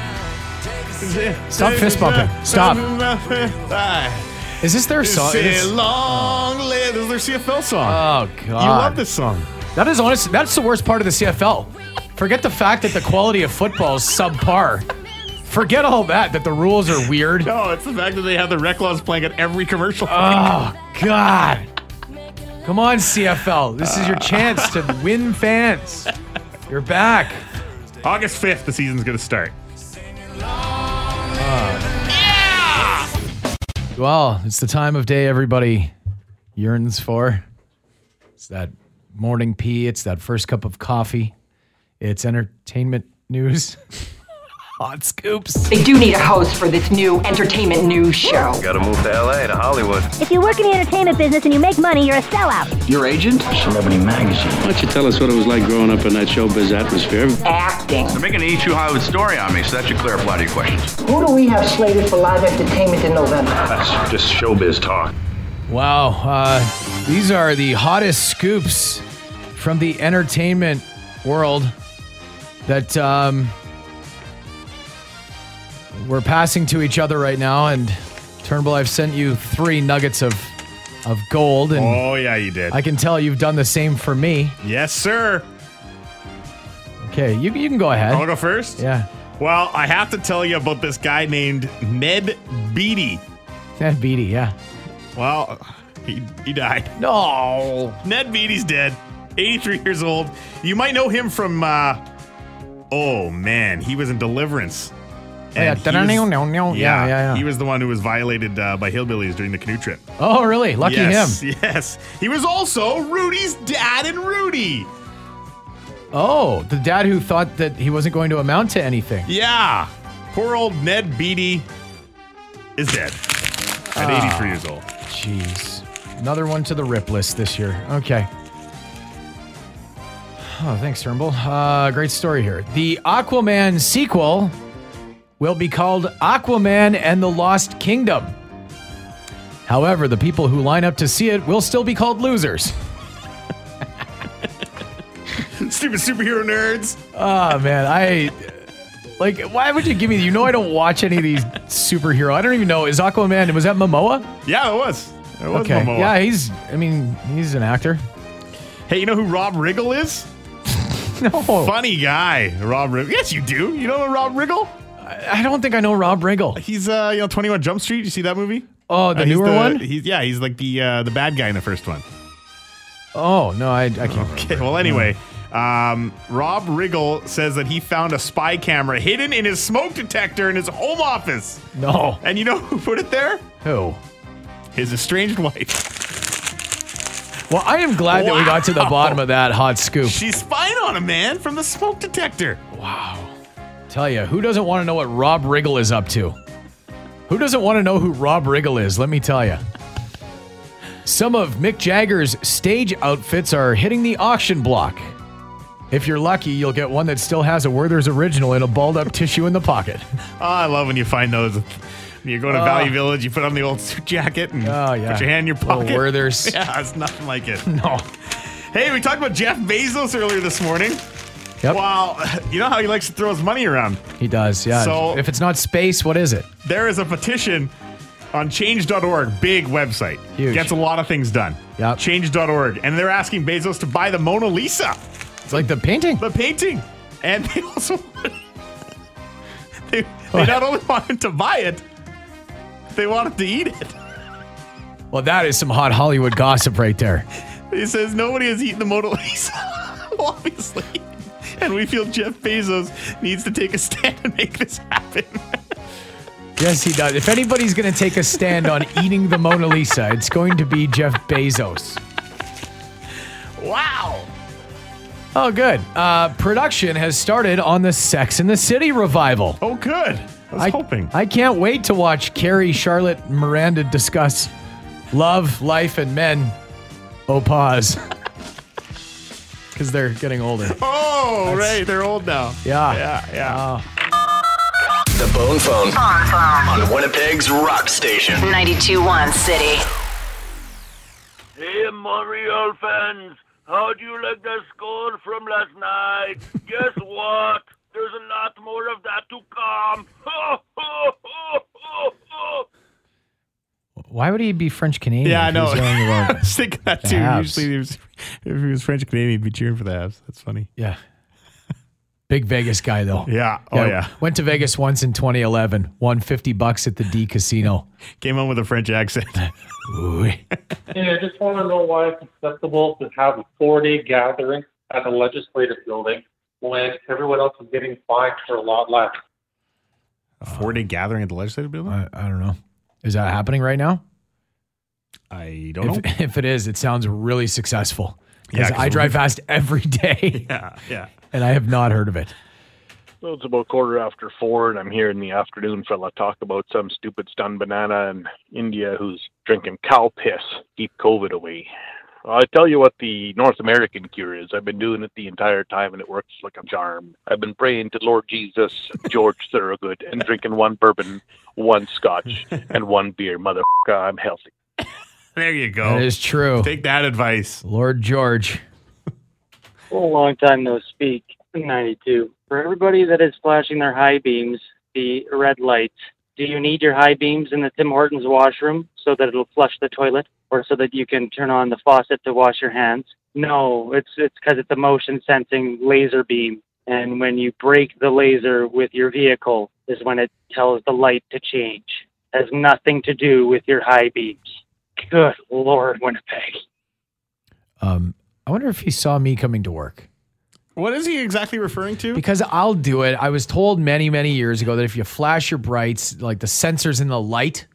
C: Stop fist bumping. Stop. Is this their song?
D: Say
C: This-
D: long live. This is their CFL song.
C: oh god,
D: you love this song.
C: That is honest. That's the worst part of the CFL. Forget the fact that the quality of football is subpar. Forget all that. That the rules are weird.
D: No, Oh, it's the fact that they have the Rec Laws playing at every commercial.
C: Oh god. Come on, CFL. This is your chance to win fans. You're back.
D: August 5th, the season's going to start.
C: Well, it's the time of day everybody yearns for. It's that morning pee, it's that first cup of coffee, it's entertainment news, hot scoops.
A: They do need a host for this new entertainment news show.
F: Gotta move to LA to Hollywood.
G: If you work in the entertainment business and you make money, you're a sellout.
H: Your agent? Celebrity magazine. Why don't you tell us what it was like growing up in that showbiz atmosphere?
A: Acting.
F: They're making an E2 Hollywood story on me, so that should clear up a lot of your questions.
I: Who do we have slated for live entertainment in November?
F: That's just showbiz talk.
C: Wow, uh, these are the hottest scoops from the entertainment world that um, we're passing to each other right now. And Turnbull, I've sent you three nuggets of of gold, and
D: Oh, yeah, you did.
C: Hmm. I can tell you've done the same for me.
D: yes, sir.
C: Okay, you, you can go
D: I'll
C: ahead.
D: go first.
C: Yeah,
D: Well, I have to tell you about this guy named Ned Beatty.
C: yeah, Beatty, yeah.
D: Well, he, he died.
C: No.
D: Ned Beatty's dead, 83 years old. You might know him from, uh, oh man, he was in Deliverance.
C: yeah.
D: And he was-
C: Oh, Yeah, yeah, yeah.
D: He was the one who was violated uh, by hillbillies during the canoe trip.
C: Oh, really? Lucky
D: yes,
C: him.
D: yes. He was also Rudy's dad and Rudy.
C: Oh, the dad who thought that he wasn't going to amount to anything.
D: Yeah. Poor old Ned Beatty is dead at
C: Ah.
D: 83 years old.
C: Jeez. Another one to the rip list this year. Okay. Oh, thanks, Turnbull. Uh, great story here. The Aquaman sequel will be called Aquaman and the Lost Kingdom. However, the people who line up to see it will still be called losers.
D: Stupid superhero nerds.
C: Oh, man. I. Like, why would you give me? You know, I don't watch any of these superhero. I don't even know. Is Aquaman? Was that Momoa?
D: Yeah, it was. It was
C: Okay.
D: Momoa.
C: Yeah, he's. I mean, he's an actor.
D: Hey, you know who Rob Riggle is?
C: No,
D: Funny guy, Rob Riggle. Yes, you do. You know Rob Riggle?
C: I don't think I know Rob Riggle.
D: He's uh, you know, 21 Jump Street. You see that movie?
C: Oh, the
D: Uh, he's
C: newer one.
D: He's yeah, he's like the uh, the bad guy in the first one.
C: Oh no, I, I can't.
D: Okay, well, anyway, um, Rob Riggle says that he found a spy camera hidden in his smoke detector in his home office.
C: No.
D: And you know who put it there?
C: Who?
D: His estranged wife.
C: Well, I am glad that we got to the
D: Wow.
C: bottom of that hot scoop.
D: She's spying on a man from the smoke detector.
C: Tell you, who doesn't want to know what Rob Riggle is up to? Who doesn't want to know who Rob Riggle is? Let me tell you. Some of Mick Jagger's stage outfits are hitting the auction block. If you're lucky, you'll get one that still has a Werther's original and a balled up tissue in the pocket.
D: Oh, I love when you find those. You're going to
C: Oh.
D: Valley Village, you put on the old suit jacket and
C: Oh, yeah.
D: put your hand in your
C: Little
D: pocket.
C: Werther's.
D: Yeah, it's nothing like it.
C: No.
D: Hey, we talked about Jeff Bezos earlier this morning.
C: Yep.
D: Wow, you know how he likes to throw his money around?
C: He does, yeah.
D: So-
C: if it's not space, what is it?
D: There is a petition on change.org, big website.
C: Huge.
D: Gets a lot of things done.
C: Yep.
D: Change.org. And they're asking Bezos to buy the Mona Lisa,
C: It's like the painting.
D: the painting. And they also they, they not only want him to buy it, they want him to eat it.
C: Well, that is some hot Hollywood gossip right there.
D: He says nobody has eaten the Mona Lisa, obviously. And we feel Jeff Bezos needs to take a stand and make this happen.
C: Yes, he does. If anybody's going to take a stand on eating the Mona Lisa, it's going to be Jeff Bezos.
D: wow.
C: Oh, good. Uh, production has started on the Sex in the City revival.
D: Oh, good. I was hoping.
C: I can't wait to watch Carrie, Charlotte, Miranda discuss love, life, and men. Oh, pause. Because they're getting older.
D: oh, right. They're old now.
C: Yeah. Uh,
D: Yeah. Yeah.
J: The Bone Phone on Winnipeg's Rock Station.
A: 92.1 City.
E: Hey, Montreal fans, how do you like the score from last night? Guess what? There's a lot more of that to come. Ho, ho, ho, ho, ho.
C: Why would he be French Canadian?
D: Yeah, I
C: if he
D: know.
C: was yelling
D: I
C: about-
D: was thinking that too.
C: Habs.
D: Usually, he was, if he was French Canadian, he'd be cheering for the Habs. That's funny.
C: yeah. Big Vegas guy, though.
D: Yeah. Oh, yeah.
C: Went to Vegas once in 2011, won 50 bucks at the D casino.
D: Came on with a French accent. Uh,
C: Ooh.
K: Hey, I just want to know why it's acceptable to have a four-day gathering at the legislative building when everyone else is getting fined for a lot less.
D: a four day gathering at the legislative building?
C: I, I don't know. Is that happening right now?
D: I don't know.
C: If, if it is, it sounds really successful.
D: Yeah,
C: Because
D: 'cause
C: I
D: we've-
C: drive fast every day
D: Yeah. Yeah.
C: and I have not heard of it.
K: So it's about quarter after four, and I'm here in the afternoon fella talk about some stupid stunned banana in India who's drinking cow piss, keep COVID away. Well, I tell you what the North American cure is. I've been doing it the entire time, and it works like a charm. I've been praying to Lord Jesus, George Thorogood, and drinking one bourbon, one scotch, and one beer. Motherfucker, I'm healthy.
D: There you go.
C: That is true.
D: Take that advice.
C: Lord George.
K: Well, long time no speak. 92. For everybody that is flashing their high beams, the red lights, do you need your high beams in the Tim Hortons washroom so that it'll flush the toilet or so that you can turn on the faucet to wash your hands? No, it's it's because it's a motion sensing laser beam. And when you break the laser with your vehicle is when it tells the light to change. Has nothing to do with your high beams. Good Lord, Winnipeg.
C: Um, I wonder if he saw me coming to work.
D: What is he exactly referring to?
C: Because I'll do it. I was told many, many years ago that if you flash your brights, like the sensors in the light,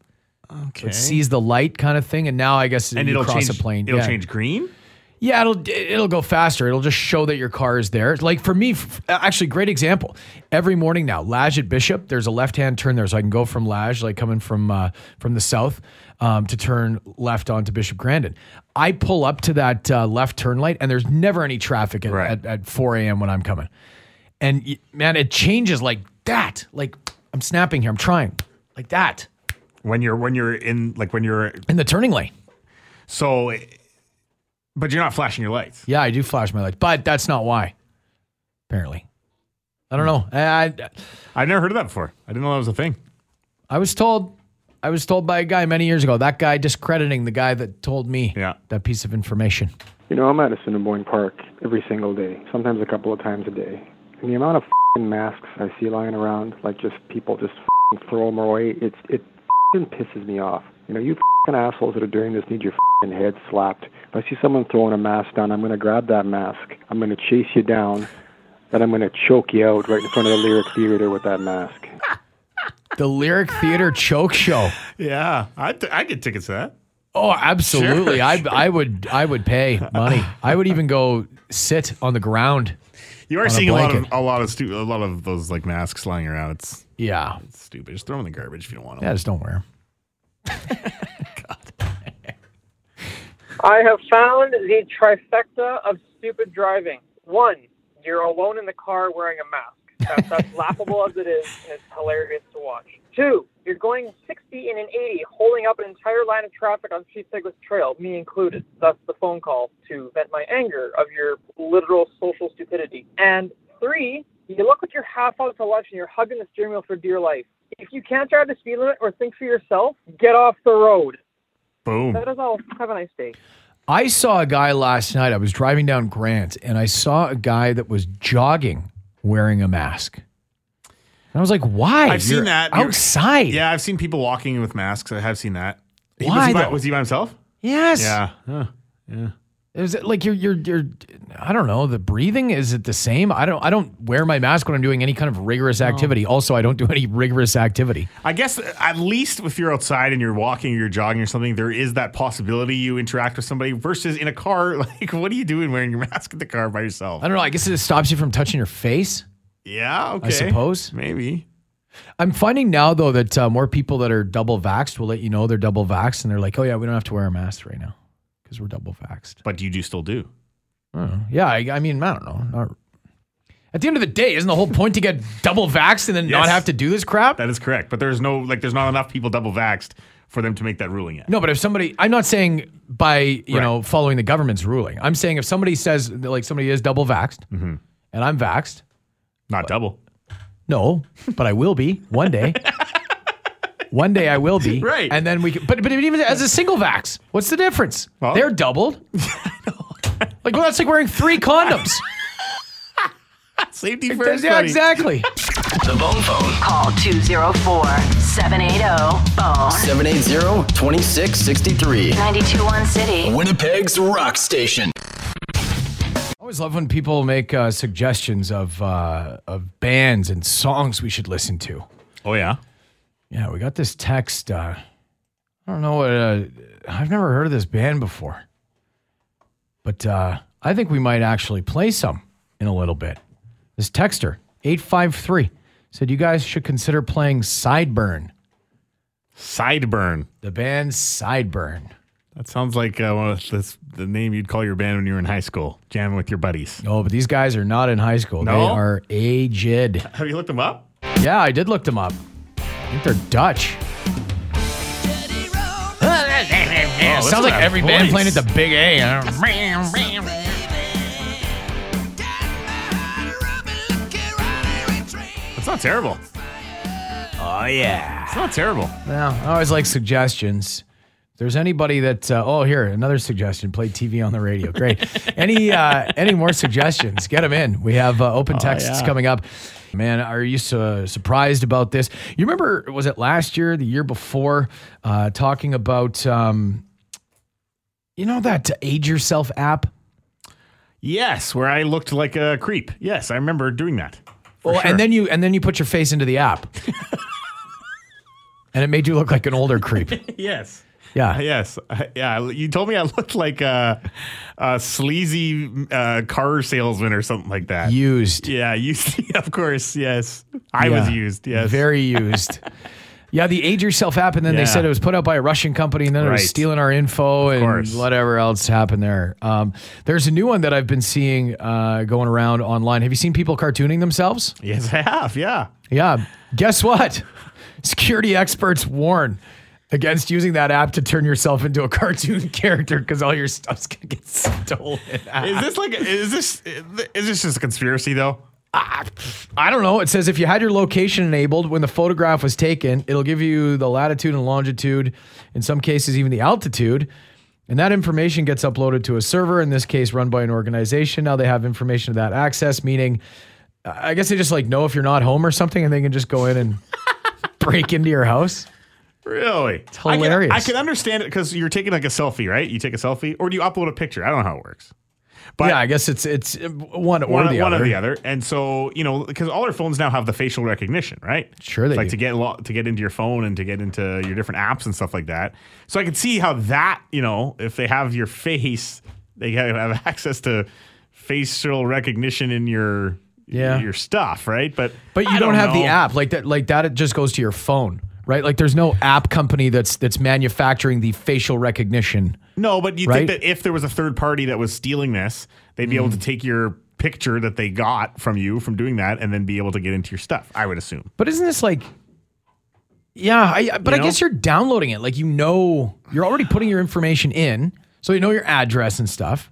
C: so
D: Okay.
C: it sees the light kind of thing. And now I guess
D: and
C: you
D: it'll
C: cross
D: change.
C: a plane.
D: It'll
C: yeah.
D: change green.
C: Yeah, it'll it'll go faster. It'll just show that your car is there. Like for me, f- actually, great example. Every morning now, Lage at Bishop, there's a left hand turn there, so I can go from Lage, like coming from uh, from the south, um, to turn left onto Bishop Grandin. I pull up to that uh, left turn light, and there's never any traffic at, at, at 4 a.m. when I'm coming. And y- man, it changes like that. Like I'm snapping here. I'm trying like that.
D: when you're when you're in like when you're
C: in the turning lane.
D: So, but you're not flashing your lights.
C: Yeah, I do flash my lights, but that's not why. Apparently, I don't know. I, I
D: I've never heard of that before. I didn't know that was a thing.
C: I was told. I was told by a guy many years ago. That guy discrediting the guy that told me that piece of information.
L: You know, I'm at Assiniboine Park every single day, sometimes a couple of times a day. And the amount of fing masks I see lying around, like just people just fing throw them away, it's, it fing pisses me off. You know, you fing assholes that are doing this need your fing head slapped. If I see someone throwing a mask down, I'm going to grab that mask. I'm going to chase you down. Then I'm going to choke you out right in front of the Lyric Theater with that mask.
C: The Lyric Theater Choke Show.
D: Yeah, I I get tickets to that.
C: Oh, absolutely.
D: Sure,
C: I
D: sure.
C: I would I would pay money. I would even go sit on the ground.
D: You are
C: on
D: seeing a, lot of
C: blanket.
D: a lot of stu- a lot of those like masks lying around. It's
C: yeah,
D: it's stupid. Just throw them in the garbage if you don't want them.
C: Yeah, just don't wear 'em.
M: I have found the trifecta of stupid driving. One, you're alone in the car wearing a mask. That's as laughable as it is, and it's hilarious to watch. Two, you're going 60 in an 80, holding up an entire line of traffic on Cheapsakewitz Trail, me included. Thus, the phone call to vent my anger of your literal social stupidity. And three, you look like you're half out to lunch and you're hugging the steering wheel for dear life. If you can't drive the speed limit or think for yourself, get off the road.
D: Boom.
M: That is all. Have a nice day.
C: I saw a guy last night. I was driving down Grant and I saw a guy that was jogging wearing a mask. And I was like, why?
D: I've seen
C: You're
D: that You're-
C: Outside.
D: Yeah, I've seen people walking with masks. I have seen that. He- Was
C: Why,
D: he, by,
C: though?
D: was he by himself?
C: Yes.
D: Yeah. Huh. Yeah.
C: It was like you're you're you're I don't know, the breathing is it the same? I don't I don't wear my mask when I'm doing any kind of rigorous activity. Also, I don't do any rigorous activity.
D: I guess uh, at least if you're outside and you're walking or you're jogging or something, there is that possibility you interact with somebody versus in a car. Like, what are you doing wearing your mask in the car by yourself?
C: I don't know, I guess it stops you from touching your face.
D: Yeah. Okay.
C: I suppose.
D: Maybe.
C: I'm finding now though that uh, more people that are double vaxxed will let you know they're double vaxxed and they're like, "Oh yeah, we don't have to wear a mask right now because we're double vaxxed."
D: But you do still do.
C: I don't know. Yeah, I, I mean, I don't know. Not- at the end of the day, isn't the whole point to get double vaxxed and then not have to do this crap?
D: That is correct. But there's no like there's not enough people double vaxxed for them to make that ruling yet.
C: No, but if somebody, I'm not saying by you
D: Right.
C: know following the government's ruling. I'm saying if somebody says that, like somebody is double vaxxed
D: Mm-hmm.
C: and I'm vaxxed,
D: not double.
C: No, but I will be one day. one day I will be
D: Right.
C: and then we. Can, but but even as a single vax, what's the difference? They're doubled. like well, that's like wearing three condoms.
D: Safety
A: first,
C: Yeah,
A: buddy.
C: exactly.
J: The Bone Phone.
A: Call 204-780-BONE.
J: 780-2663.
A: 92.1 City.
J: Winnipeg's Rock Station.
C: I always love when people make uh, suggestions of uh, of bands and songs we should listen to.
D: Oh yeah,
C: yeah. We got this text. Uh, I don't know what uh, I've never heard of this band before, but uh, I think we might actually play some in a little bit. This texter eight five three said you guys should consider playing Sideburn.
D: Sideburn.
C: The band Sideburn.
D: That sounds like uh, one of this, the name you'd call your band when you were in high school, jamming with your buddies.
C: Oh, but these guys are not in high school. They
D: No?
C: are aged.
D: Have you looked them up?
C: Yeah, I did look them up. I think they're Dutch. Yeah, it
J: listen
C: sounds
J: to
C: like
J: that
C: every band
J: voice.
C: playing at the Big A. I don't-
D: It's not terrible. Oh yeah, it's not terrible.
C: Well, I always like suggestions. If there's anybody that uh, oh here another suggestion play TV on the radio great any uh, any more suggestions get them in we have uh, open texts
N: yeah.
C: coming up man are you su- surprised about this you remember was it last year the year before uh, talking about um, you know that age yourself app
D: Yes, where I looked like a creep. Yes, I remember doing that.
C: Well, Oh, and then you and then you put your face into the app, and it made you look like an older creep.
D: yes.
C: Yeah.
D: Yes. Uh, Yeah. You told me I looked like a, a sleazy uh, car salesman or something like that.
C: Used.
D: Yeah. Used. Of course. Yes. I was
C: Yeah.
D: used. Yes.
C: Very used. yeah, the Age Yourself app, and then
D: Yeah.
C: they said it was put out by a Russian company, and then it
D: Right.
C: was stealing our info and
D: course.
C: whatever else happened there. Um, there's a new one that I've been seeing uh, going around online. Have you seen people cartooning themselves?
D: Yes, I have. Yeah.
C: Yeah. Guess what? Security experts warn against using that app to turn yourself into a cartoon character because all your stuff's gonna get stolen.
D: Is this like? Is this? Is this just a conspiracy though?
C: I don't know. It says if you had your location enabled when the photograph was taken, it'll give you the latitude and longitude, in some cases, even the altitude. And that information gets uploaded to a server, in this case, run by an organization. Now they have information to that access, meaning I guess they just like know if you're not home or something and they can just go in and break into your house.
D: Really? It's
C: hilarious.
D: I can, understand it because you're taking like a selfie, right? You take a selfie, or do you upload a picture? I don't know how it works. But
C: yeah, I guess it's it's uh, one or
D: one,
C: the
D: one
C: other.
D: or the other. And so, you know, because all our phones now have the facial recognition, right?
C: Sure they
D: like
C: do.
D: to get lo- to get into your phone and to get into your different apps and stuff like that. So I can see how that, you know, if they have your face, they have have access to facial recognition in your
C: Yeah.
D: your stuff, right? But
C: But you
D: I
C: don't, have the
D: know.
C: app like that. Like that, it just goes to your phone, right? Like there's no app company that's that's manufacturing the facial recognition.
D: No, but you
C: Right? Mm.
D: think that if there was a third party that was stealing this, they'd be able to take your picture that they got from you from doing that and then be able to get into your stuff. I would assume.
C: But isn't this like? Yeah, I, but
D: You
C: I
D: know?
C: guess you're downloading it. Like you know, you're already putting your information in, so you know your address and stuff.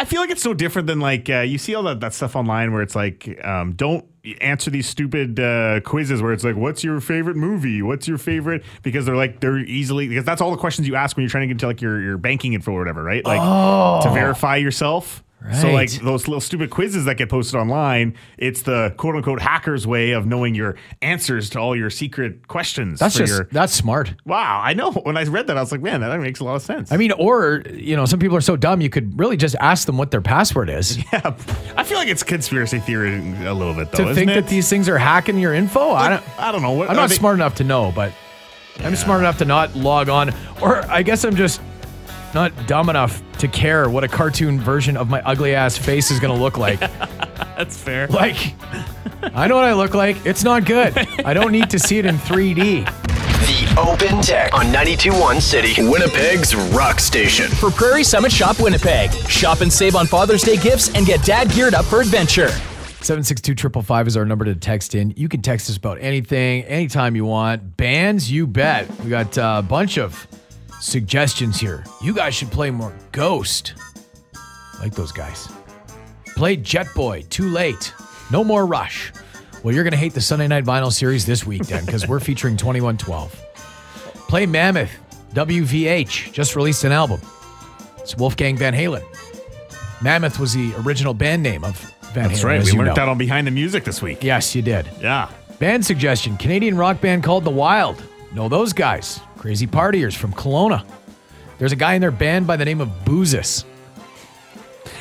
D: I feel like it's so different than like uh, you see all that, that stuff online where it's like um, don't answer these stupid uh, quizzes where it's like what's your favorite movie? What's your favorite? Because they're like they're easily because that's all the questions you ask when you're trying to get to like your your banking info or whatever, right? Like
C: Oh.
D: to verify yourself. So like
C: Right.
D: those little stupid quizzes that get posted online, it's the quote unquote hacker's way of knowing your answers to all your secret questions.
C: That's
D: for
C: just
D: your,
C: that's smart.
D: wow. I know. When I read that, I was like, man, that makes a lot of sense.
C: I mean, or you know, some people are so dumb you could really just ask them what their password is.
D: Yeah, I feel like it's conspiracy theory a little bit though.
C: to
D: isn't
C: think
D: it?
C: that these things are hacking your info, I don't.
D: I don't know. What,
C: I'm
D: are
C: not
D: they-
C: smart enough to know, but I'm smart enough to not log on, or I guess I'm just not dumb enough to care what a cartoon version of my ugly ass face is going to look like.
D: That's fair.
C: Like, I know what I look like. It's not good. I don't need to see it in 3D.
J: The Open Tech on 92.1 City, Winnipeg's rock station.
N: For Prairie Summit Shop Winnipeg, shop and save on Father's Day gifts and get dad geared up for adventure.
C: 762 555 is our number to text in. You can text us about anything, anytime you want. Bands, you bet. We got uh, a bunch of suggestions here. You guys should play more Ghost. Like those guys. Play Jet Boy, too late. No more Rush. Well, you're going to hate the Sunday Night Vinyl series this week then, because we're featuring 2112. Play Mammoth, WVH, just released an album. It's Wolfgang Van Halen. Mammoth was the original band name of Van Halen.
D: That's right.
C: as
D: We
C: you
D: learned
C: know.
D: that on Behind the Music this week.
C: Yes, you did.
D: Yeah.
C: Band suggestion Canadian rock band called The Wild. Know those guys. Crazy partiers from Kelowna. There's a guy in their band by the name of Boozus.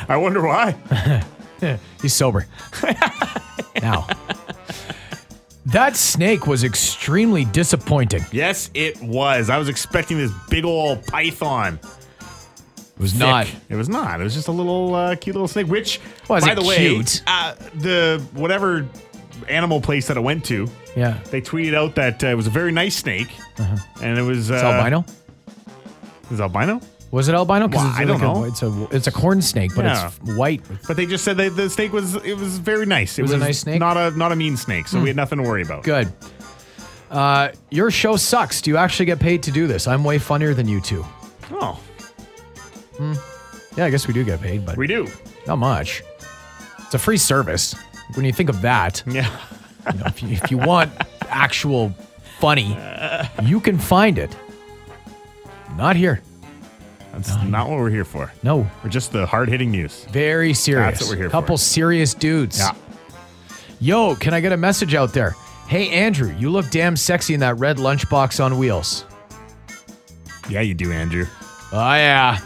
D: I wonder why.
C: He's sober. now, that snake was extremely disappointing.
D: Yes, it was. I was expecting this big old python.
C: It was not.
D: It was not. It was just a little uh, cute little snake. Which,
C: Was
D: by
C: it
D: the
C: cute?
D: way, uh, the whatever animal place that I went to,
C: Yeah.
D: they tweeted out that uh, it was a very nice snake,
C: Uh-huh.
D: and it was uh,
C: It's albino?
D: Is it albino?
C: Was it albino? 'Cause
D: Well,
C: it's
D: I
C: like
D: don't
C: a-
D: know.
C: it's a it's a corn snake, but
D: Yeah.
C: it's white.
D: But they just said that the snake was it was very nice. It,
C: was a nice snake?
D: not a not a mean snake. So
C: Hmm.
D: we had nothing to worry about.
C: Good. Uh, your show sucks. Do you actually get paid to do this? I'm way funnier than you two.
D: Oh,
C: Yeah, I guess we do get paid, but
D: we do.
C: Not much. It's a free service. When you think of that,
D: yeah.
C: you know, if, you, if you want actual funny, you can find it. Not here.
D: That's not what we're here for.
C: No.
D: We're just the hard hitting news.
C: Very serious.
D: That's what we're here
C: Couple serious dudes.
D: Yeah.
C: Yo, can I get a message out there? Hey, Andrew, you look damn sexy in that red lunchbox on wheels.
D: Yeah, you do, Andrew.
C: Oh, yeah.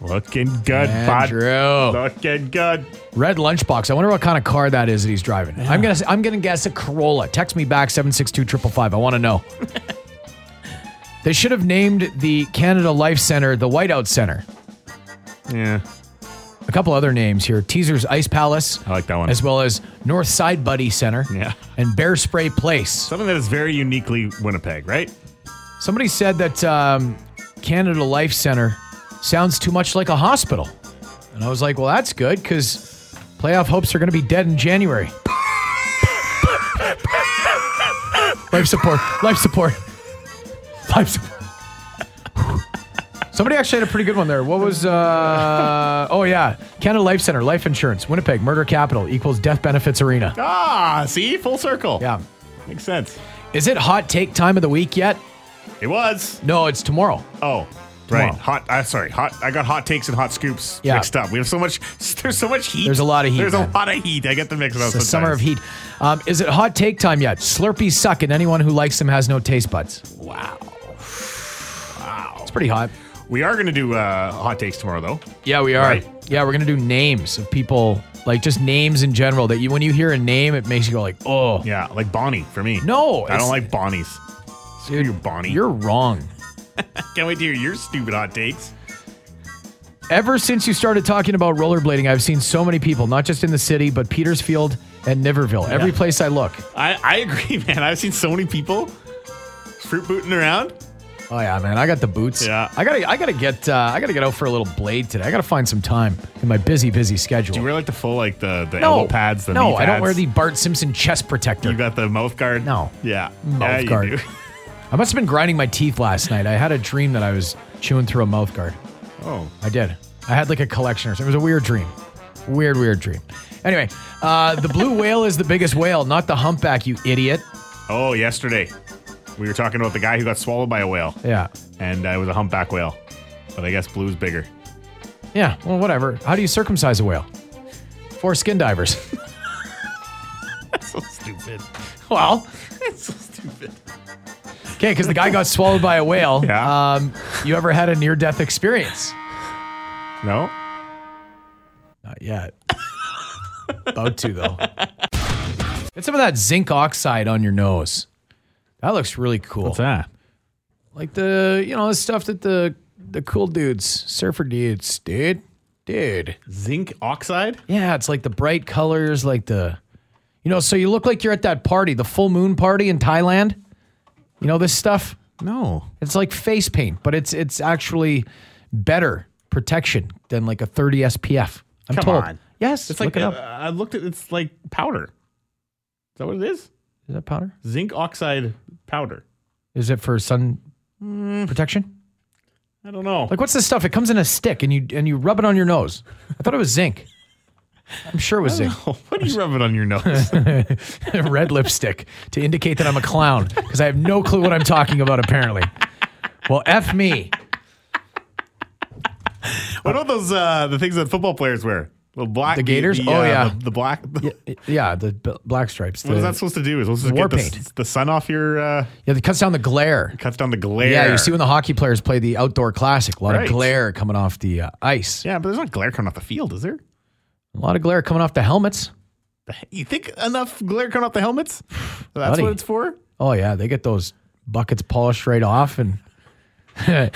D: Looking good,
C: Andrew.
D: Looking good.
C: Red lunchbox. I wonder what kind of car that is that he's driving. I'm gonna. I'm gonna guess a Corolla. Text me back seven six two triple five. I want to know. they should have named the Canada Life Center the Whiteout Center.
D: Yeah.
C: A couple other names here: Teasers Ice Palace. I
D: like that one.
C: As well as North Side Buddy Center.
D: Yeah.
C: And Bear Spray Place.
D: Something that is very uniquely Winnipeg, right?
C: Somebody said that um, Canada Life Center sounds too much like a hospital. And I was like, well, that's good because playoff hopes are going to be dead in January. life support. Life support. Life support. Somebody actually had a pretty good one there. What was, uh, oh, yeah. Canada Life Center, life insurance, Winnipeg, murder capital equals death benefits arena.
D: Ah, see, full circle.
C: Yeah.
D: Makes sense.
C: Is it hot take time of the week yet?
D: It was.
C: No, it's tomorrow.
D: Oh, right.
C: Tomorrow.
D: Hot. Uh, sorry, hot. I got hot takes and hot scoops
C: Yeah.
D: mixed up. We have so much. There's so much heat.
C: There's a lot of heat,
D: There's
C: man.
D: a lot of heat. I get the mix up.
C: It's the summer of heat. Um, is it hot take time yet? Slurpees suck, and anyone who likes them has no taste buds.
D: Wow. Wow. It's
C: pretty hot.
D: We are going to do uh, hot takes tomorrow, though.
C: Yeah, we are.
D: Right.
C: Yeah, we're gonna do names of people, like just names in general. That you, when you hear a name, it makes you go like, oh.
D: Yeah, like Bonnie for me.
C: No,
D: I
C: it's-
D: don't like Bonnies. Screw you, Bonnie.
C: You're wrong.
D: Can't wait to hear your stupid hot takes.
C: Ever since you started talking about rollerblading, I've seen so many people, not just in the city, but Petersfield and Niverville. Every
D: Yeah.
C: place I look.
D: I, I agree, man. I've seen so many people fruit booting around.
C: Oh yeah, man! I got the boots.
D: Yeah.
C: I gotta, I gotta get, uh, I gotta get out for a little blade today. I gotta find some time in my busy, busy schedule.
D: Do you wear like the full like the the
C: no
D: elbow pads? The
C: no,
D: knee
C: I don't wear
D: pads?
C: the Bart Simpson chest protector.
D: You got the mouth guard.
C: No.
D: Yeah.
C: Mouth
D: yeah, you
C: guard.
D: do.
C: I must have been grinding my teeth last night. I had a dream that I was chewing through a mouth guard.
D: Oh.
C: I did. I had like a collection or something. It was a weird dream. Weird, weird dream. Anyway, uh, the blue whale is the biggest whale, not the humpback, you idiot.
D: Oh, yesterday we were talking about the guy who got swallowed by a whale,
C: Yeah.
D: and uh, it was a humpback whale, but I guess blue's bigger.
C: Yeah. Well, whatever. How do you circumcise a whale? Four skin divers.
D: That's so stupid.
C: well,
D: That's so stupid.
C: okay, because the guy got swallowed by a whale. Yeah. Um, you ever had a near death experience?
D: No.
C: Not yet. About to, though. Get some of that zinc oxide on your nose. That looks really cool.
D: What's that?
C: Like the, you know, the stuff that the the cool dudes, surfer dudes, dude, dude.
D: Zinc oxide?
C: Yeah, it's like the bright colors, like the, you know, so you look like you're at that party, the full moon party in Thailand. You know this stuff?
D: No.
C: It's like face paint, but it's it's actually better protection than like a 30 SPF. I'm
D: Come
C: told.
D: on.
C: Yes,
D: It's
C: look
D: like
C: it
D: uh,
C: up.
D: I looked at. It's like powder. Is that what it is?
C: Is that powder?
D: Zinc oxide powder.
C: Is it for sun protection?
D: I don't know.
C: Like what's this stuff? It comes in a stick and you and you rub it on your nose. I thought it was zinc. I'm sure it was zinc.
D: What do you rub it on your nose?
C: Red lipstick to indicate that I'm a clown because I have no clue what I'm talking about apparently. Well, F me.
D: what are those uh, the things that football players wear? Little black
C: The gaiters? Oh,
D: uh,
C: yeah.
D: the, the black.
C: Yeah, the b- black stripes.
D: what is
C: the-
D: that supposed to do? Is it supposed to
C: War
D: get the,
C: paint.
D: s- the sun off your? Uh,
C: Yeah, it cuts down the glare.
D: cuts down the glare.
C: Yeah, you see when the hockey players play the outdoor classic, a lot
D: Right.
C: of glare coming off the uh, ice.
D: Yeah, but there's not glare coming off the field, is there?
C: A lot of glare coming off the helmets.
D: The he- You think enough glare coming off the helmets? That's
C: Buddy.
D: what it's for.
C: Oh yeah, they get those buckets polished right off, and there's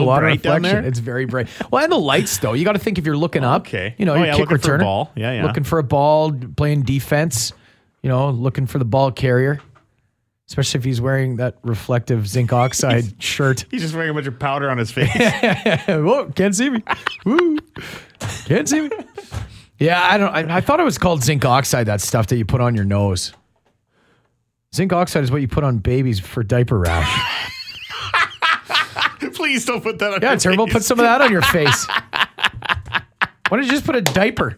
C: a lot of
D: bright down
C: reflection.
D: there?
C: It's very bright. Well, and the lights though. You got to think if you're looking up.
D: okay.
C: You know,
D: Oh,
C: your
D: yeah,
C: kick
D: looking for a
C: returner,
D: ball. Yeah, yeah.
C: looking for a ball, playing defense. You know, looking for the ball carrier, especially if he's wearing that reflective zinc oxide shirt.
D: He's just wearing a bunch of powder on his face.
C: Whoa, can't see me. Woo. Can't see me. Yeah, I don't. I, I thought it was called zinc oxide. That stuff that you put on your nose. Zinc oxide is what you put on babies for diaper rash.
D: Please don't put that on.
C: Yeah,
D: your
C: Turbo,
D: face.
C: put some of that on your face. Why don't you just put a diaper?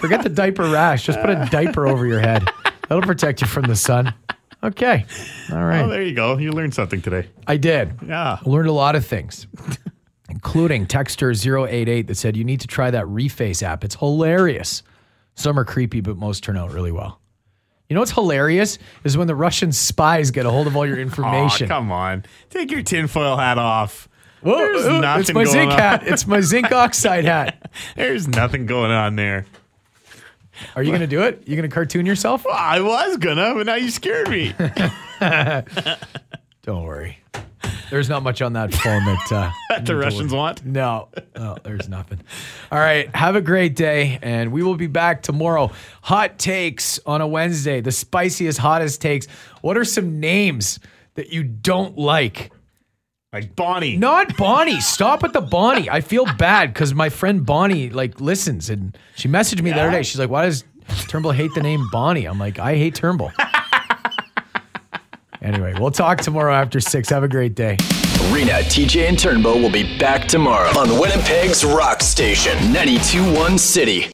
C: Forget the diaper rash. Just put a diaper over your head. That'll protect you from the sun. Okay. All
D: Oh,
C: right.
D: there you go. You learned something today.
C: I did.
D: Yeah.
C: Learned a lot of things, including Texter 088 that said, You need to try that Reface app. It's hilarious. Some are creepy, but most turn out really well. You know what's hilarious is when the Russian spies get a hold of all your
D: Oh,
C: information.
D: come on. Take your tinfoil hat off.
C: Whoa,
D: There's
C: ooh,
D: nothing
C: it's my
D: going
C: zinc
D: on.
C: hat. It's my zinc oxide hat.
D: There's nothing going on there.
C: Are you gonna do it? You gonna cartoon yourself?
D: I was gonna, but now you scared me.
C: Don't worry. There's not much on that phone that uh,
D: That the
C: don't
D: Russians
C: worry.
D: want?
C: No, no, there's nothing. All right, have a great day, and we will be back tomorrow. Hot takes on a Wednesday, the spiciest, hottest takes. What are some names that you don't like?
D: Like Bonnie.
C: Not Bonnie. Stop at the Bonnie. I feel bad because my friend Bonnie like listens and she messaged me the other day. She's like, "Why does Turnbull hate the name Bonnie?" I'm like, "I hate Turnbull." anyway, we'll talk tomorrow after six. Have a great day.
J: Rena, TJ, and Turnbow will be back tomorrow on Winnipeg's Rock Station, 921 City.